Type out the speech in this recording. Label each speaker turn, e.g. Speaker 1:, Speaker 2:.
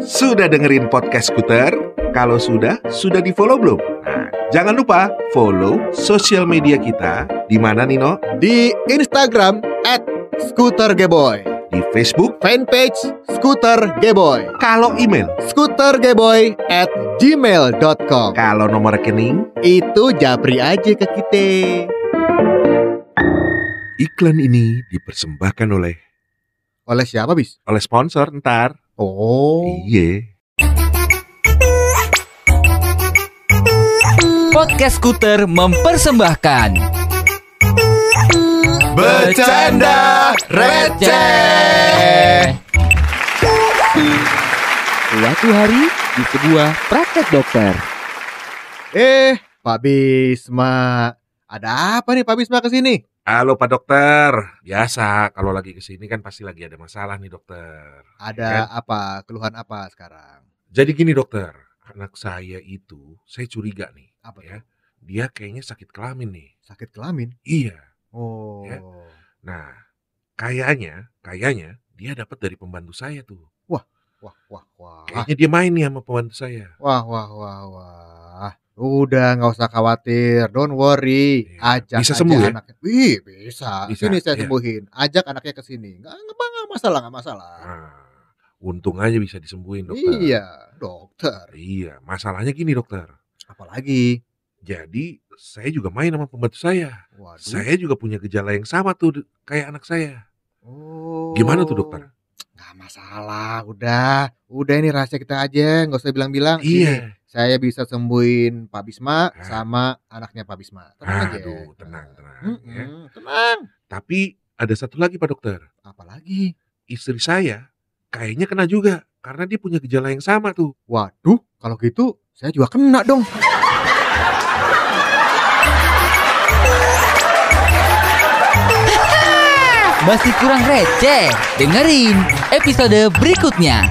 Speaker 1: Sudah dengerin podcast Skuter? Kalau sudah, sudah di follow belum? Nah, jangan lupa follow sosial media kita di mana Nino?
Speaker 2: Di Instagram at Scooter Geboy
Speaker 1: Di Facebook.
Speaker 2: Fanpage Scooter Geboy
Speaker 1: Kalau email,
Speaker 2: Scooter Geboy at gmail.com
Speaker 1: kalau nomor rekening,
Speaker 2: Itu japri aja ke kita
Speaker 1: iklan ini dipersembahkan oleh
Speaker 2: Oleh siapa bis?
Speaker 1: oleh sponsor ntar.
Speaker 2: Oh
Speaker 1: Iye.
Speaker 3: Podcast Skuter mempersembahkan
Speaker 1: Bercanda
Speaker 3: Receh Suatu hari di sebuah praktek dokter
Speaker 2: Eh Pak Bisma Ada apa nih Pak Bisma kesini?
Speaker 1: Halo Pak Dokter. Biasa kalau lagi kesini kan pasti lagi ada masalah nih Dokter. Eh.
Speaker 2: Ada apa? Keluhan apa sekarang?
Speaker 1: Jadi gini Dokter, anak saya itu saya curiga nih.
Speaker 2: Apa
Speaker 1: Ya.
Speaker 2: tuh?
Speaker 1: Dia kayaknya sakit kelamin nih.
Speaker 2: Sakit kelamin?
Speaker 1: Iya.
Speaker 2: Oh
Speaker 1: Ya. Nah, kayaknya, kayaknya dia dapat dari pembantu saya tuh.
Speaker 2: Wah wah wah
Speaker 1: Kayaknya dia main nih sama pembantu saya.
Speaker 2: Wah, wah, wah, wah. Udah nggak usah khawatir, don't worry.
Speaker 1: Iya.
Speaker 2: Ajak
Speaker 1: Bisa
Speaker 2: aja
Speaker 1: sembuh ya?
Speaker 2: anaknya. Wih, bisa.
Speaker 1: Bisa,
Speaker 2: Sini saya
Speaker 1: iya.
Speaker 2: sembuhin. Ajak anaknya ke sini. Nggak, nggak, nggak masalah, nggak masalah.
Speaker 1: Nah, untung aja bisa disembuhin dokter.
Speaker 2: Iya, dokter.
Speaker 1: Iya, masalahnya gini dokter.
Speaker 2: Apalagi.
Speaker 1: Jadi saya juga main sama pembantu saya.
Speaker 2: Waduh.
Speaker 1: Saya juga punya gejala yang sama tuh d- kayak anak saya.
Speaker 2: Oh.
Speaker 1: Gimana tuh, dokter?
Speaker 2: Nggak masalah, udah. Udah ini rahasia kita aja, nggak usah bilang-bilang. Sini,
Speaker 1: Iya.
Speaker 2: Saya bisa sembuhin Pak Bisma
Speaker 1: Ah.
Speaker 2: sama anaknya Pak Bisma. Tenang aja.
Speaker 1: Aduh, tenang, tenang.
Speaker 2: Mm-mm,
Speaker 1: ya.
Speaker 2: Tenang.
Speaker 1: Tapi ada satu lagi pak dokter.
Speaker 2: Apalagi.
Speaker 1: Istri saya kayaknya kena juga karena dia punya gejala yang sama tuh.
Speaker 2: Waduh, kalau gitu saya juga kena dong.
Speaker 3: Masih kurang receh Dengerin episode berikutnya